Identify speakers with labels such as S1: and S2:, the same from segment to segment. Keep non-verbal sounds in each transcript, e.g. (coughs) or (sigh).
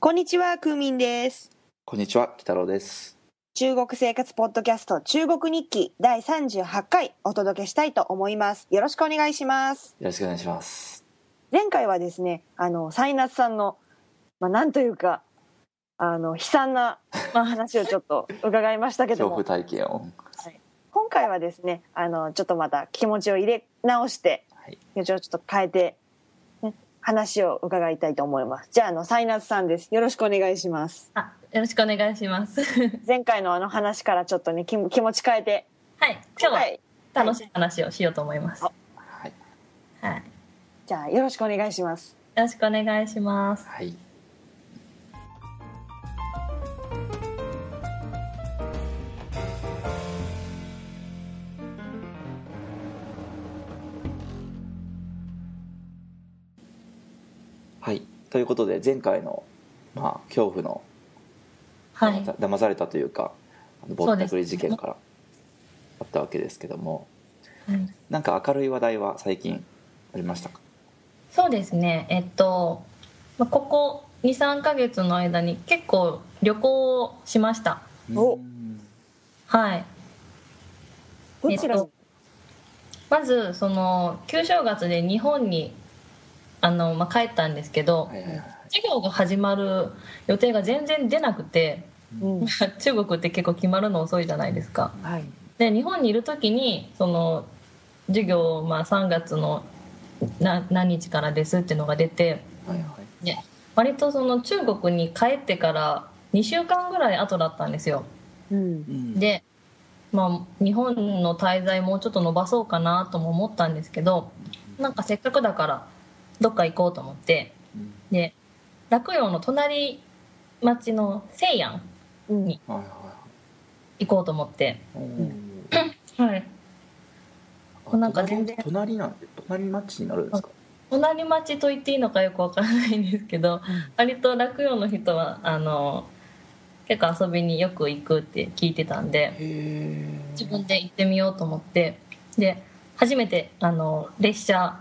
S1: こんにちは、クーミンです。
S2: こんにちは、北郎です。
S1: 中国生活ポッドキャスト中国日記第38回お届けしたいと思います。よろしくお願いします。
S2: よろしくお願いします。
S1: 前回はですね、あの、サイナスさんの、まあ、なんというか、あの、悲惨な、まあ、話をちょっと伺いましたけど
S2: (laughs) 恐怖
S1: も、
S2: 体験を。
S1: 今回はですね、あの、ちょっとまた気持ちを入れ直して、
S2: はい。
S1: 気持ちをちょっと変えて、ね、話を伺いたいと思います。じゃあ、あの、サイナスさんです。よろしくお願いします。
S3: あ、よろしくお願いします。 (laughs) は
S1: 前回のあの話からちょっとね、気気持ち変えて、
S3: い、今日
S1: は
S3: はい楽しい話をしようと思います。
S1: は
S3: は
S2: はい。
S3: い、よ
S1: じゃあよろしくお願いします。
S3: ろしくお願いします。
S2: はい。はい。ということで、前回の、まあ、恐怖の、
S3: はい、
S2: 騙されたというか、あのぼ
S3: そう
S2: っ
S3: で
S2: た
S3: す
S2: く
S3: ね
S2: り事件からあったわけですけども、
S3: はい
S2: なんか明るい話題は最近ありましたか
S3: そうですね。えっと、まあここ2、3ヶ月の間に結構旅行をしました。
S1: お
S2: うん
S3: はい。
S1: どちら
S3: えっとまずその旧正月で日本にあのまあ帰ったんですけど、
S2: はいはいはい。
S3: 授業が始まる予定が全然出なくて、 (laughs)
S1: うん、
S3: 中国って結構決まるの遅いじゃないですか。
S1: はい。
S3: で日本にいる時にその授業、まあ、3月のな何日からですっていうのが出て
S2: はいはい。
S3: 割とその中国に帰ってから2週間ぐらい後だったんですよ
S1: うん。
S2: うん、
S3: で、まあ、日本の滞在もうちょっと伸ばそうかなとも思ったんですけどなんかせっかくだからどっか行こうと思って
S2: うん
S3: で洛陽の隣町の西安
S1: うん。
S2: はいは
S3: 行こうと思って、
S2: いはい。
S1: ん
S2: おー
S3: はい、
S2: あ
S3: なんか全然
S2: 隣隣なんで隣町になるんですか。
S3: 隣町と言っていいのかよくわからないんですけど割と洛陽の人はあの結構遊びによく行くって聞いてたんで
S2: へえ。
S3: 自分で行ってみようと思ってで初めてあの列車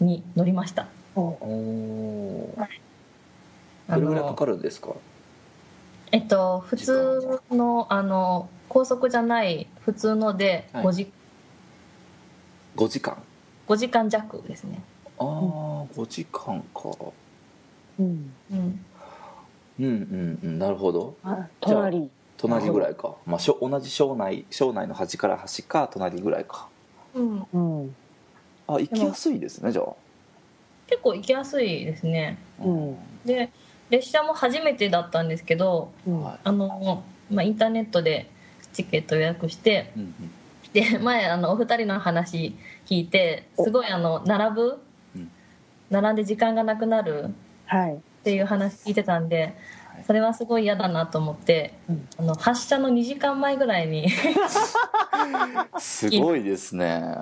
S3: に乗りました
S2: おおー。
S3: あ
S2: どれぐらいか
S3: の
S2: かるんですか。
S3: えっと普通のあの高速じゃない普通ので
S2: はい
S3: 5時
S2: 五時間。
S3: 5時間弱ですね、
S2: ああ、五時間か。
S1: うん。
S2: う
S3: うん、
S2: んうんうん。なるほど。
S1: あ、隣。
S2: 隣ぐらいか。まあしょ同じ省内省内の端から端か隣ぐらいか。
S3: うん、
S1: うん。
S2: あ行きやすいですねじゃあ。
S3: 結構行きやすいですね
S1: うん
S3: で列車も初めてだったんですけど
S1: うん。
S2: は
S3: あの、まあ、インターネットでチケット予約して
S2: い。うんうん
S3: で前あのお二人の話聞いてすごいあの並ぶ、
S2: うん
S3: 並んで時間がなくなる
S1: はい。
S3: っていう話聞いてたんで
S2: はい
S3: それはすごい嫌だなと思って、
S1: うん
S3: あの発車の2時間前ぐらいに (laughs)
S2: すごいですね。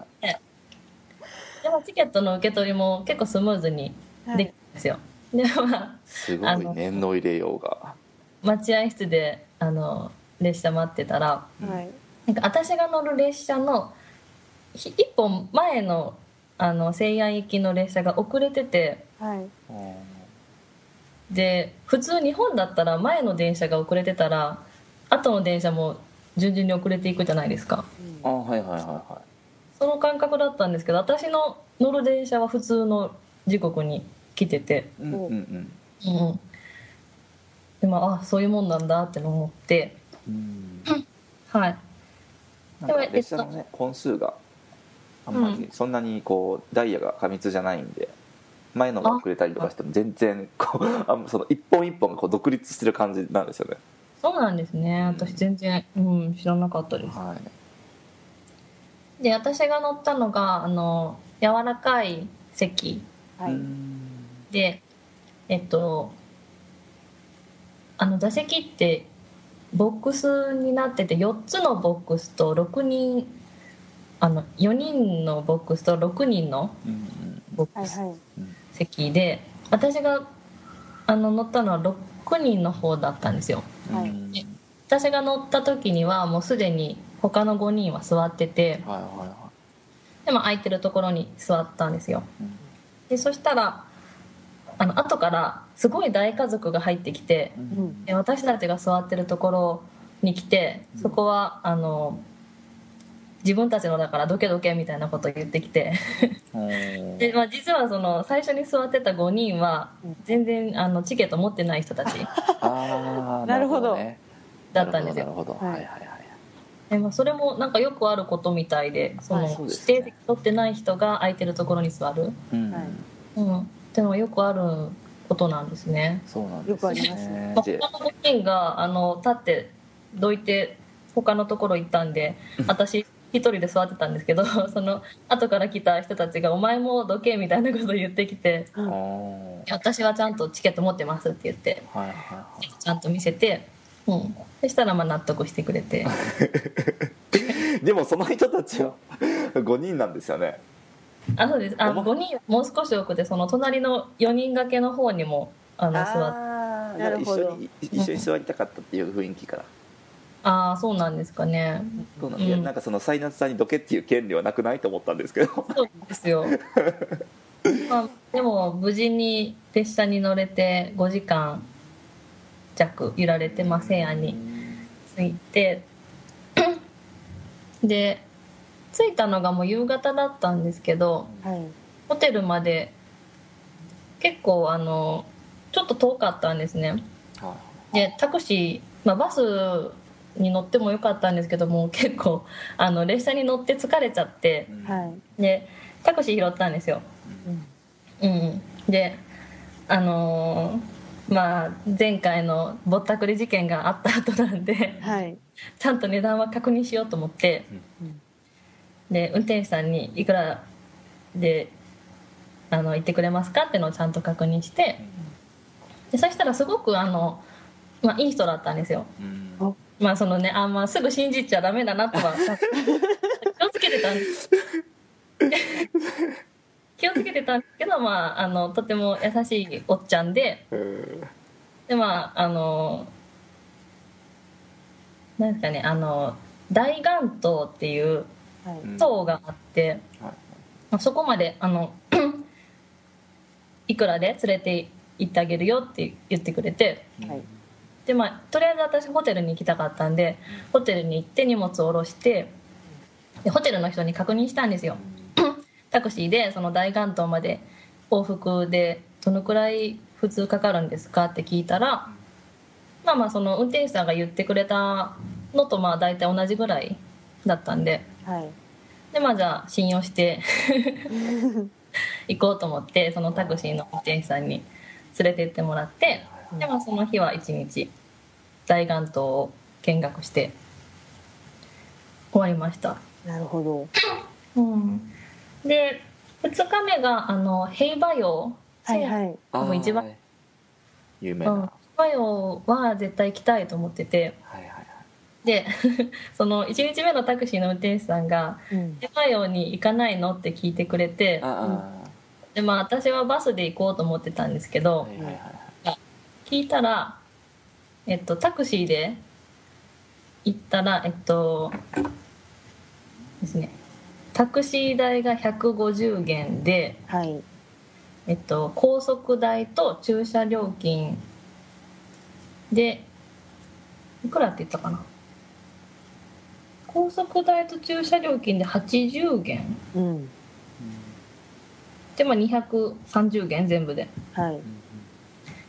S3: でもチケットの受け取りも結構スムーズにできたんですよ、でまあ
S2: すご
S3: あ
S2: い
S3: の
S2: 念の入れようが。
S3: 待合室であの列車待ってたら
S1: はい。
S3: なんか私が乗る列車のひ一本前のあの西安行きの列車が遅れてて
S1: はい。
S2: うん
S3: で普通日本だったら前の電車が遅れてたら後の電車も順々に遅れていくじゃないですか
S2: あはいはいはいは
S3: その感覚だったんですけど私の乗る電車は普通の時刻に来てて、
S2: い。うんうんうん。
S3: うん、でもあそういうもんなんだって思って
S2: うん
S3: はい
S2: なんか列車のね本数があんまりそんなにこうダイヤが過密じゃないんで前のが遅れたりとかしても全然こうあんその一本一本がこう独立してる感じなんですよね
S3: そうなんですね私全然、うん、知らなかったです
S2: はい。
S3: で私が乗ったのがあの柔らかい席
S1: はいう
S2: ん
S3: でえっとあの座席ってボックスになってて4つのボックスと6人あの4人のボックスと6人の
S2: うん
S3: ボッ
S1: はい。
S3: クス
S1: はい。
S3: 席で、私があの乗ったのは6人の方だったんですよ
S2: うん
S1: はい
S2: うん
S3: 私が乗った時にはもうすでに他の5人は座ってて
S2: はいはいは
S3: でも空いてるところに座ったんですよ
S2: いうん
S3: でそしたらあの後からすごい大家族が入ってきて
S2: う
S1: うんん
S3: え私たちが座ってるところに来てそこはあの自分たちのだからどけどけみたいなことを言ってきて
S2: うん
S3: で、まあ、実はその最初に座ってた5人は
S1: うん
S3: 全然あのチケット持ってない人たち
S2: あー
S1: なるほど
S2: ね
S3: だったんです
S2: なる
S3: よ
S2: ほどなるほど
S1: は
S2: はいいはいはい
S3: で、まあ、それもなんかよくあることみたいでその
S1: はい
S2: そう
S3: 指
S2: ですね
S3: 定席取ってない人が空いてるところに座る、
S2: うん
S1: はい
S3: うん、ってのはよくあることなんですね。
S2: そうなん
S1: よ
S2: です
S1: くあります
S2: ね
S3: まあ他
S2: で
S3: の5人があの立ってどいて他のところ行ったんで私一人で座ってたんですけど (laughs) その後から来た人たちが「お前もどけ」みたいなことを言ってきて
S1: う
S2: あ
S1: ん
S2: ー
S3: 「私はちゃんとチケット持ってます」って言って
S2: はいはいはい
S3: ちゃんと見せて、うん、そしたらまあ納得してくれ (laughs) て
S2: でもその人たちは5人なんですよね
S3: あそうですあ
S2: おま
S3: 5人もう少し多くてその隣の4人掛けの方にもあの座って
S2: あー
S1: なるほど
S2: じゃあ一緒に一緒に座りたかったっていう雰囲気から
S3: ああそうなんですかね
S2: どうなん
S3: うん
S2: いやなんかその最南さんにどけっていう権利はなくないと思ったんですけど
S3: そうなんですよ、まあ、でも無事に列車に乗れて5時間弱揺られてまあ西安に着いてで着いたのがもう夕方だったんですけど
S1: はい
S3: ホテルまで結構あのちょっと遠かったんですね
S2: は
S3: でタクシー、まあ、バスに乗ってもよかったんですけども結構あの列車に乗って疲れちゃって
S2: い
S1: はい
S3: でタクシー拾ったんですよ、
S1: うん
S3: うん、であのーまあ前回のぼったくり事件があった後なんで (laughs)
S1: はい
S3: ちゃんと値段は確認しようと思って
S1: うん
S3: で運転手さんにいくらであの言ってくれますかってのをちゃんと確認してでそしたらすごくあの、まあ、いい人だったんですよ
S2: うん
S1: お
S3: まあそのねあんますぐ信じちゃダメだなとは (laughs) 気をつけてたんです気をつけてたんですけど、まあ、あのとても優しいおっちゃんで
S2: うん
S3: でまああのなんですかねあの大岩島っていう
S1: はい
S2: うん
S3: 塔があって、
S2: はい
S3: まあそこまであの (clears throat) いくらで連れて行ってあげるよって言ってくれて。
S1: はい
S3: でまあとりあえず私ホテルに行きたかったんでホテルに行って荷物を下ろしてでホテルの人に確認したんですよタクシーでその大岩島まで往復でどのくらい普通かかるんですかって聞いたらまあまあその運転手さんが言ってくれたのとまあ大体同じぐらいだったんで
S1: はい
S3: でまあじゃあ信用して (laughs) 行こうと思ってそのタクシーの運転手さんに連れて行ってもらってでまあその日は一日大岩島を見学して終わりました、
S1: なるほど
S3: で2日目があの兵馬俑
S1: はいはい
S2: あー
S3: もう一番
S2: 有名
S3: う
S2: なん
S3: 兵馬俑は絶対行きたいと思ってて
S2: はいはいはい
S3: で (laughs) その1日目のタクシーの運転手さんが
S1: うん
S3: 兵馬俑に行かないのって聞いてくれて
S2: あ
S3: でまあ私はバスで行こうと思ってたんですけ
S2: あ
S3: ど
S2: はいはいはい
S3: 聞いたら、えっと、タクシーで行ったらえっとですねタクシー代が150元で、
S1: はい
S3: えっと、高速代と駐車料金でいくらって言ったかな高速代と駐車料金で80元
S1: うん
S3: で、まあ、230元全部で
S1: はい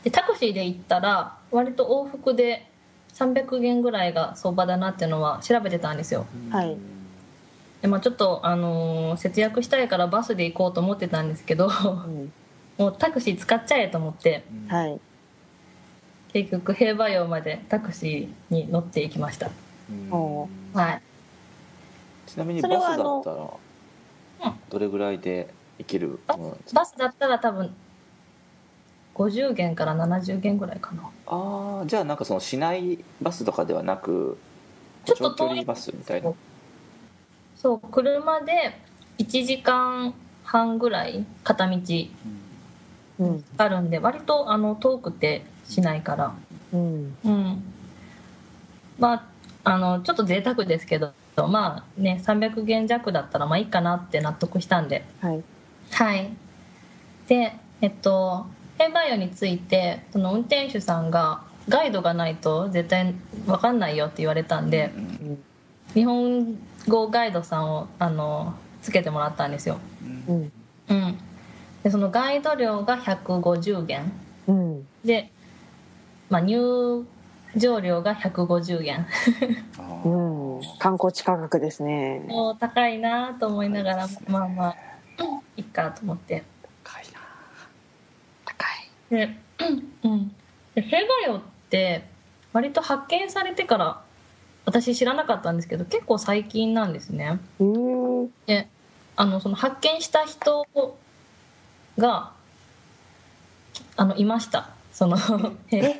S3: でタクシーで行ったら割と往復で300元ぐらいが相場だなっていうのは調べてたんですよ
S1: はい
S3: で、まあ、ちょっと、あのー節約したいからバスで行こうと思ってたんですけど (laughs)
S1: うん
S3: もうタクシー使っちゃえと思って
S2: い
S1: はい
S3: 結局兵馬俑までタクシーに乗っていきました
S1: お
S3: はい
S2: ちなみに
S1: そ
S2: バ
S1: れは
S2: スだっ
S3: あ
S2: たら
S3: の
S2: どれぐらいで行ける
S3: バス
S2: ものなんですか
S3: バスだったら多分50元から70元ぐらいかな
S2: ああじゃあなんかその市内バスとかではなく
S3: ちょっと
S2: 長距
S3: 遠
S2: 離
S3: い
S2: バスみたいな
S3: そう車で1時間半ぐらい片道
S1: うん
S3: あるんで割とあの遠くて市内から
S1: うん
S3: うんまああのちょっと贅沢ですけどまあね300元弱だったらまあいいかなって納得したんで
S1: はい
S3: はいでえっと兵馬俑についてその運転手さんがガイドがないと絶対分かんないよって言われたんで、
S1: うん
S3: 日本語ガイドさんをあのつけてもらったんですよ、
S1: う
S2: うん
S1: ん
S3: うん、でそのガイド料が150元
S1: うん
S3: で、まあ、入場料が150元
S2: あ
S1: う
S2: ー
S1: ん観光地価格ですね
S3: もう高いなと思いながら、
S2: そうですね
S3: まあまあ、うんいっかと思って
S2: 高いな
S1: 高
S3: で,、うん、で兵馬俑って割と発見されてから私知らなかったんですけど結構最近なんですね、
S1: いうん
S3: であのその発見した人があのいました
S2: (laughs)
S3: そのえ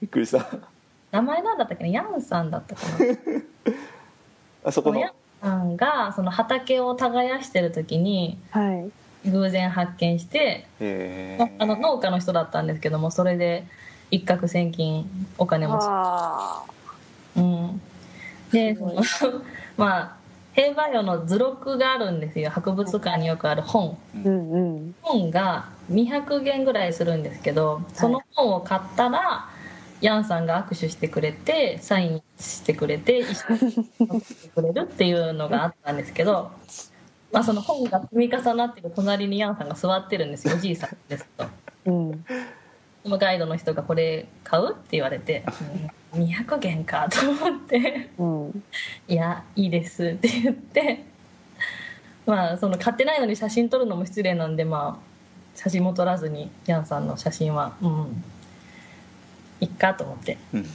S2: びっくりした
S3: 名前なんだったっけなヤンさんだったかな
S2: あそこの
S3: ヤンさんがその畑を耕してる時に
S1: はい
S3: 偶然発見して、
S2: え
S3: まあの農家の人だったんですけどもそれで一攫千金お金持ち
S1: あ
S3: うん、です
S1: ごい
S3: その (laughs) まあ兵馬俑の図録があるんですよ博物館によくある本、
S1: ーうんうん
S3: 本が200元ぐらいするんですけどその本を買ったら、ヤンさんが握手してくれてサインしてくれて一緒に乗ってくれるっていうのがあったんですけど、まあ、その本が積み重なってる隣にヤンさんが座ってるんですよおじいさんですけど。
S1: うん
S3: そのガイドの人が「これ買う?」って言われて (laughs) 「うん200元か」と思って
S1: うん
S3: 「いやいいです」って言って (laughs) まあその買ってないのに写真撮るのも失礼なんでまあ写真も撮らずにヤンさんの写真はうんいっかと思って
S2: うん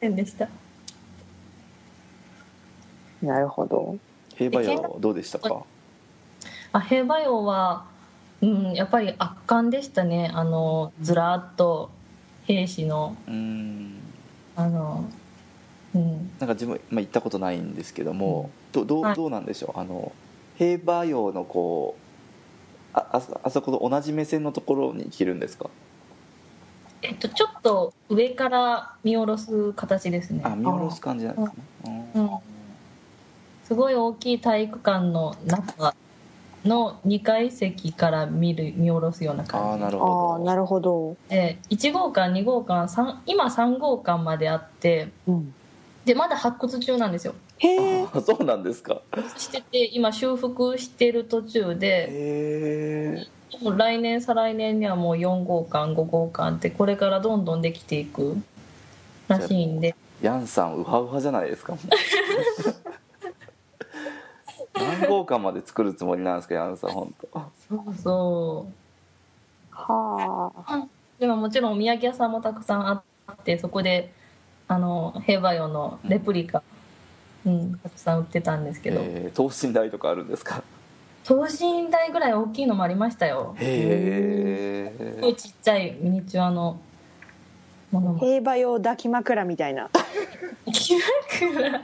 S3: せんでした
S1: (laughs) なるほど
S2: 兵馬俑どうでしたか
S3: あ兵馬俑は、うん、やっぱり圧巻でしたねあのずらっと兵士の
S2: うん
S3: あのうん
S2: なんか自分、まあ、行ったことないんですけども、どど
S3: は
S2: う
S3: い
S2: どうなんでしょうあの兵馬俑のこうああそあそこと同じ目線のところに着るんですか
S3: えっと、ちょっと上から見下ろす形ですね
S2: あ見下ろす感じなんですかね
S3: うんすごい大きい体育館の中の2階席から見る見下ろすような
S2: ああ
S3: 感
S2: なる
S1: あ
S2: ほ
S1: あ
S2: ど
S1: なるほど
S3: じで1号館2号館3今3号館まであって
S1: うん
S3: でまだ発掘中なんですよ
S1: へえ
S2: あそうなんですか
S3: 発掘してて今修復してる途中で
S2: へえ
S3: もう来年再来年にはもう4号館5号館ってこれからどんどんできていくらしいんで
S2: ヤンさんウハウハじゃないですかもう何号館まで作るつもりなんですかヤンさん本当
S3: そうそう
S1: はあ
S3: でももちろんお土産屋さんもたくさんあってそこであの兵馬俑のレプリカ、うん、たくさん売ってたんですけど、
S2: えー等身大とかあるんですか
S3: 等身大ぐらい大きいのもありましたよ
S2: へ
S3: すご
S2: え
S3: いちっちゃいミニチュアのものも
S1: 兵馬俑抱き枕みたいな
S3: 気楽な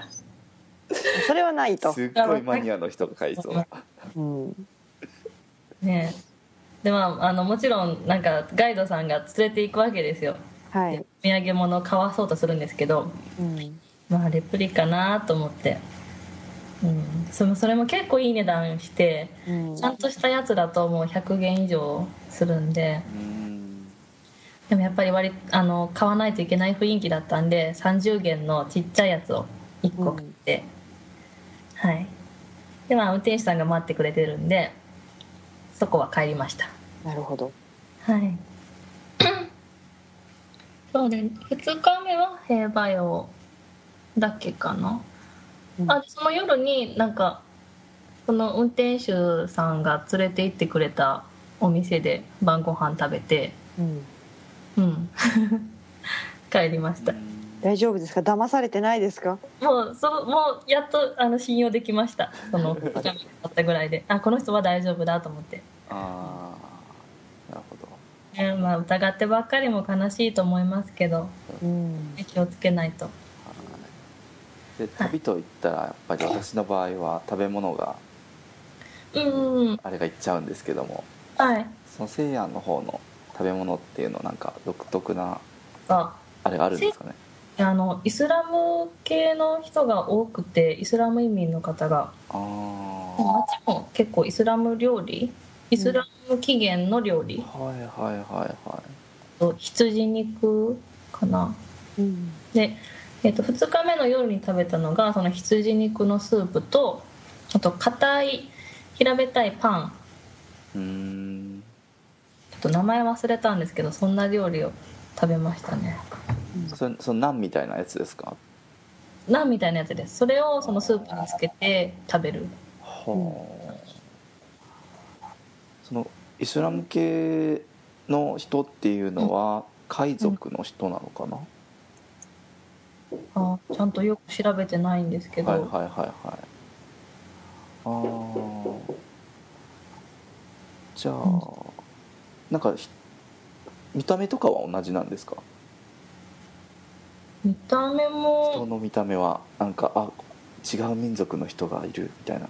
S1: それはないと
S2: すっごいマニアの人が買いそう
S1: うん
S3: ねでまああのもちろんなんかガイドさんが連れていくわけですよ、
S1: はい
S3: お土産物を買わそうとするんですけど
S1: うん
S3: まあレプリカなと思って、うん、それもそれも結構いい値段して
S1: うん
S3: ちゃんとしたやつだともう100元以上するんで
S2: うん
S3: でもやっぱり割りあの買わないといけない雰囲気だったんで30元のちっちゃいやつを1個買って、はいでまあ運転手さんが待ってくれてるんでそこは帰りました
S1: なるほど
S3: はい (coughs) そうね2日目は兵馬俑だけかな、
S1: うん
S3: あでその夜になんかその運転手さんが連れて行ってくれたお店で晩ご飯食べて
S1: うん
S3: うん (laughs) 帰りました
S1: 大丈夫ですか騙されてないですか
S3: もうそのもうやっとあの信用できましたその2日目だったぐらいであこの人は大丈夫だと思って、
S2: ああなるほど
S3: ねまあ、疑ってばっかりも悲しいと思いますけど
S1: うん
S3: ね気をつけないと
S2: で旅といったらやっぱり私の場合は食べ物が
S3: うんうん
S2: あれがいっちゃうんですけども
S3: はい
S2: その西安の方の食べ物っていうのなんか独特な
S3: あ
S2: あれがあるんですかね
S3: あのイスラム系の人が多くてイスラム移民の方が
S2: ああ
S3: 街も結構イスラム料理イスラ無期限の料理
S2: はいはいはいは
S3: と羊肉かな
S1: うん
S3: で、えっと2日目の夜に食べたのがその羊肉のスープとあと硬い平べったいパン
S2: いうーん
S3: ちょっと名前忘れたんですけどそんな料理を食べましたね
S2: それそのナンみたいなやつですか
S3: ナンみたいなやつですそれをそのスープにつけて食べる
S2: はあそのイスラム系の人っていうのは海賊の人なのかな、
S3: あちゃんとよく調べてないんですけど、
S2: はいはいはいはいああじゃあ
S3: うん
S2: なんかひ見た目とかは同じなんですか
S3: 見た目
S2: 人
S3: も
S2: の見た目はなんかあ違う民族の人がいるみたいな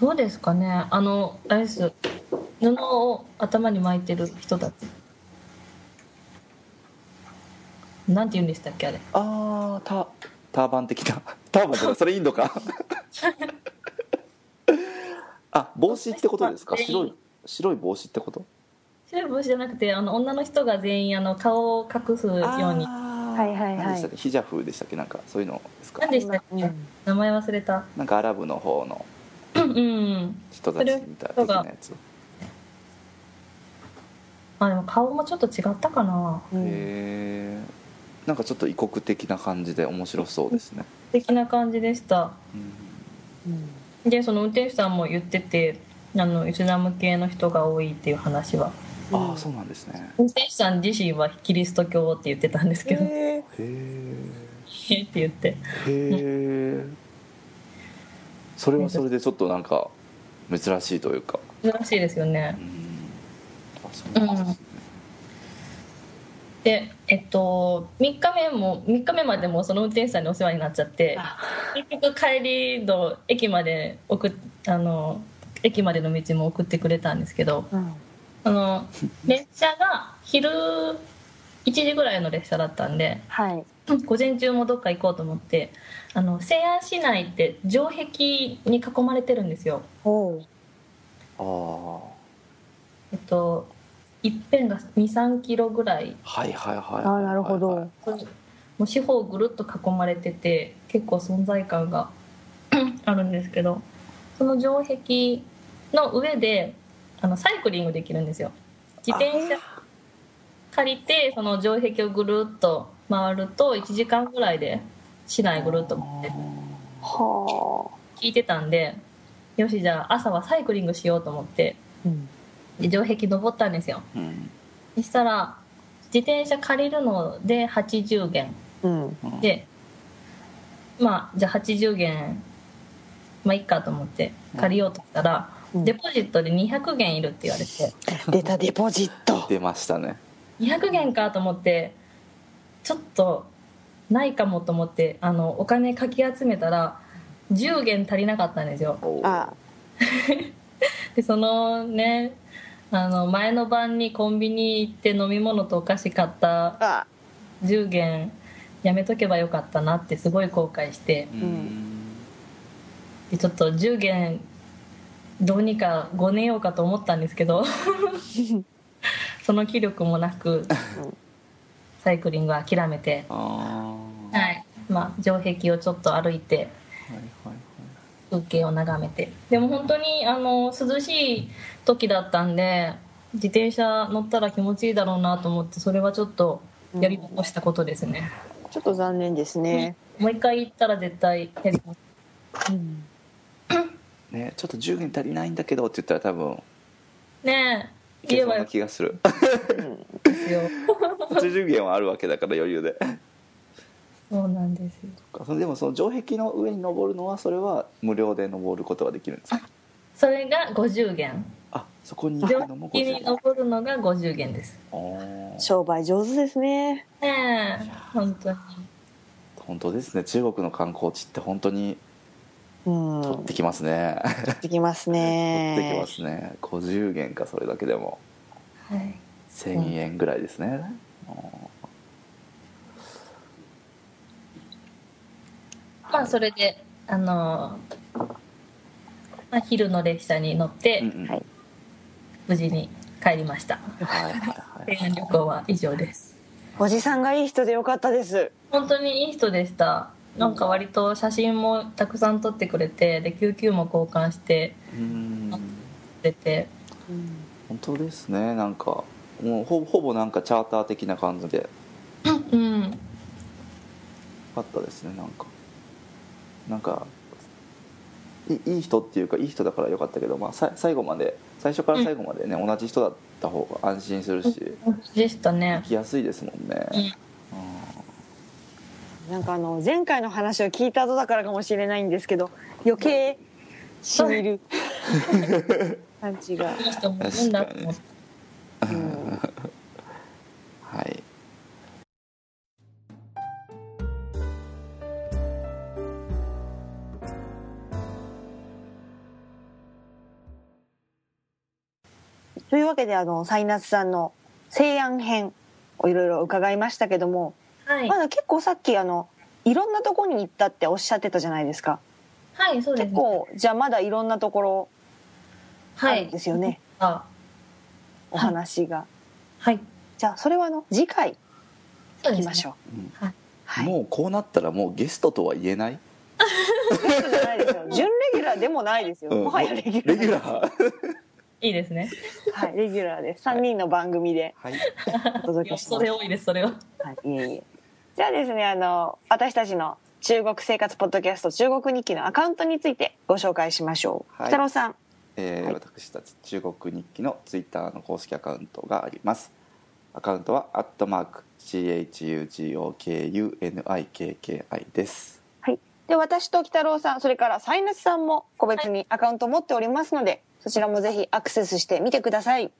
S3: どうですかねあのあれです布を頭に巻いてる人たちなんて言うんでしたっけあれ
S2: あータターバン的な (laughs) ターバンじゃないそれインド
S3: (laughs)
S2: かあ帽子ってことですか白い白い帽子ってこと
S3: 白い帽子じゃなくてあの女の人が全員あの顔を隠すように
S2: は
S1: はいはいはい
S2: 何でしたっけヒジャフでしたっけなんかそういうのですか
S3: 何でしたっけ
S1: うん
S3: 名前忘れた
S2: なんかアラブの方の
S3: うんうん
S2: 人たちみたいな的なやつへ
S3: あでも顔もちょっと違ったかな
S1: うん
S2: えなんかちょっと異国的な感じで面白そうですね、
S3: 素敵な感じでした
S2: うん
S1: うん
S3: でその運転手さんも言っててあのイスラム系の人が多いっていう話は
S2: ああそうなんですね
S3: 運転手さん自身はキリスト教って言ってたんですけど「
S1: へえ
S2: へえ
S3: えっ?」て言って
S2: へえそれはそれでちょっとなんか珍しいというか
S3: 珍しいですよね
S2: うんあそうなんですね
S3: でえっと3日目も3日目までもその運転手さんにお世話になっちゃって結局帰りの駅まで送っあの駅までの道も送ってくれたんですけど
S1: うん
S3: あの列車が昼1時ぐらいの列車だったんで
S1: はい
S3: 午前中もどっか行こうと思ってあの西安市内って城壁に囲まれてるんですよ。
S1: おう
S2: ああ
S3: えっと一辺が23キロぐらい
S2: はいはいはいはい
S1: ああなるほ
S2: はいは
S1: ど
S2: い
S3: もう四方ぐるっと囲まれてて結構存在感が (clears throat) あるんですけどその城壁の上であのサイクリングできるんですよ自転車借りてその城壁をぐるっと回ると1時間ぐらいで市内ぐるっと回って
S1: は
S3: 聞いてたんでよしじゃあ朝はサイクリングしようと思って
S1: あうん
S3: で城壁登ったんですよ
S2: うん
S3: そしたら自転車借りるので80元
S1: うん
S2: うん
S3: でまあじゃあ80元まあいっかと思って借りようとしたら、
S1: うん
S3: デポジットで200元いるって言われて
S1: 出たデポジット
S2: 出ましたね
S3: 200元かと思ってちょっとないかもと思ってあのお金かき集めたら10元足りなかったんですよ
S2: おー
S1: あ
S3: でそのねあの前の晩にコンビニ行って飲み物とお菓子買った
S1: あ
S3: 10元やめとけばよかったなってすごい後悔して
S2: う
S1: うん
S2: ん
S3: でちょっと10元どうにかごねようかと思ったんですけど (laughs) その気力もなくサイクリングは諦めて、
S2: あーはい
S3: はいまあ、城壁をちょっと歩いて
S2: はいはい
S3: 風景を眺めてでも本当にあの涼しい時だったんで自転車乗ったら気持ちいいだろうなと思ってそれはちょっとやり残したことですね、
S1: ちょっと残念ですね
S3: もう一回行ったら絶対やります
S1: うん
S2: ねちょっと10元足りないんだけどって言ったら多分
S3: ねえ
S2: いけ
S3: 言え
S2: そう
S3: ばよ
S2: な
S3: か
S2: 気がする
S3: ったですよ
S2: 80元はあるわけだから余裕で
S3: そうなんですよ
S2: そのでもその城壁の上に登るのはそれは無料で登ることができるんですか
S3: それが50元
S2: あそこに行
S3: 上
S2: くのも
S3: 壁に
S2: 50
S3: 登るのが50元です
S2: 元
S1: 商売上手ですね
S3: ねえ本当に
S2: 本当ですね中国の観光地って本当に
S1: うん
S2: 取ってきますね、
S1: できます
S3: (laughs)
S2: 取ってき
S1: ね
S2: ますね50元かそれだけでも
S3: はい
S2: 1000円ぐらいですね、
S3: まあそれであのーまあ、昼の列車に乗って、
S2: うんうん
S1: はい
S3: 無事に帰りました
S2: はいはい
S3: 提案旅行は以上です
S1: おじさんがいい人でよかったです
S3: 本当にいい人でしたなんか割と写真もたくさん撮ってくれてで救急も交換して
S1: (laughs)
S2: うん
S3: くれて
S2: 本当ですねなんかもうほぼほぼなんかチャーター的な感じでよ
S3: うん
S2: かったですねなんかなんかいいい人っていうかいい人だからよかったけど、まあ、さ最後まで最初から最後までね、同じ人だった方が安心するし、
S3: でしたね
S2: 行きやすいですもんね、
S3: うん
S1: なんかあの前回の話を聞いた後だからかもしれないんですけど余計しみ
S3: (laughs)
S1: る感じが、
S3: いい人もいるんだと思って
S1: うん
S2: はい
S1: というわけであのサイナスさんの西安編をいろいろ伺いましたけども、
S3: はい
S1: まだ結構さっきあのいろんなとこに行ったっておっしゃってたじゃないですか
S3: はいそうです
S1: 結
S3: ね
S1: 構じゃあまだいろんなところあ
S3: は
S1: るん
S3: い
S1: ですよね、
S3: あ
S1: お話が、
S3: はい
S1: じゃあそれはあの次回
S3: そう
S1: 行
S3: で
S1: き
S3: すね
S1: ましょう
S2: うん
S3: はい
S1: はい
S2: もうこうなったらもうゲストとは言えない、
S1: ゲストじゃないですよ準レギュラーでもないですよ、
S2: うん
S1: もはやレギュラー
S2: レギュラ
S1: (laughs)
S2: ー
S3: いいですね
S1: はい、レギュラーです。三人の番組で
S2: はい
S1: お届けしま
S3: そ
S1: す。
S3: れ多いですそれは
S1: はい、いえいえ。じゃあですね、あの、私たちの中国生活ポッドキャスト中国日記のアカウントについてご紹介しましょう。
S2: はい
S1: 北郎さん、
S2: えー
S1: はい
S2: 私たち中国日記のツイッターの公式アカウントがありますアカウントは「アットマーク #CHUGOKUNIKKI」です
S1: で、私と北郎さん、それからサイナスさんも個別にアカウントを持っておりますので、そちらもぜひアクセスしてみてください。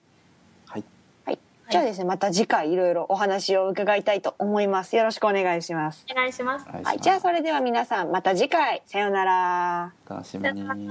S2: はい
S1: はい。じゃあですね、また次回いろいろお話を伺いたいと思います。よろしくお願いします。
S3: お願いします
S2: お願いします
S1: はい、じゃあそれでは皆さん、また次回、さようなら。
S2: 楽しみ
S3: さよな
S2: に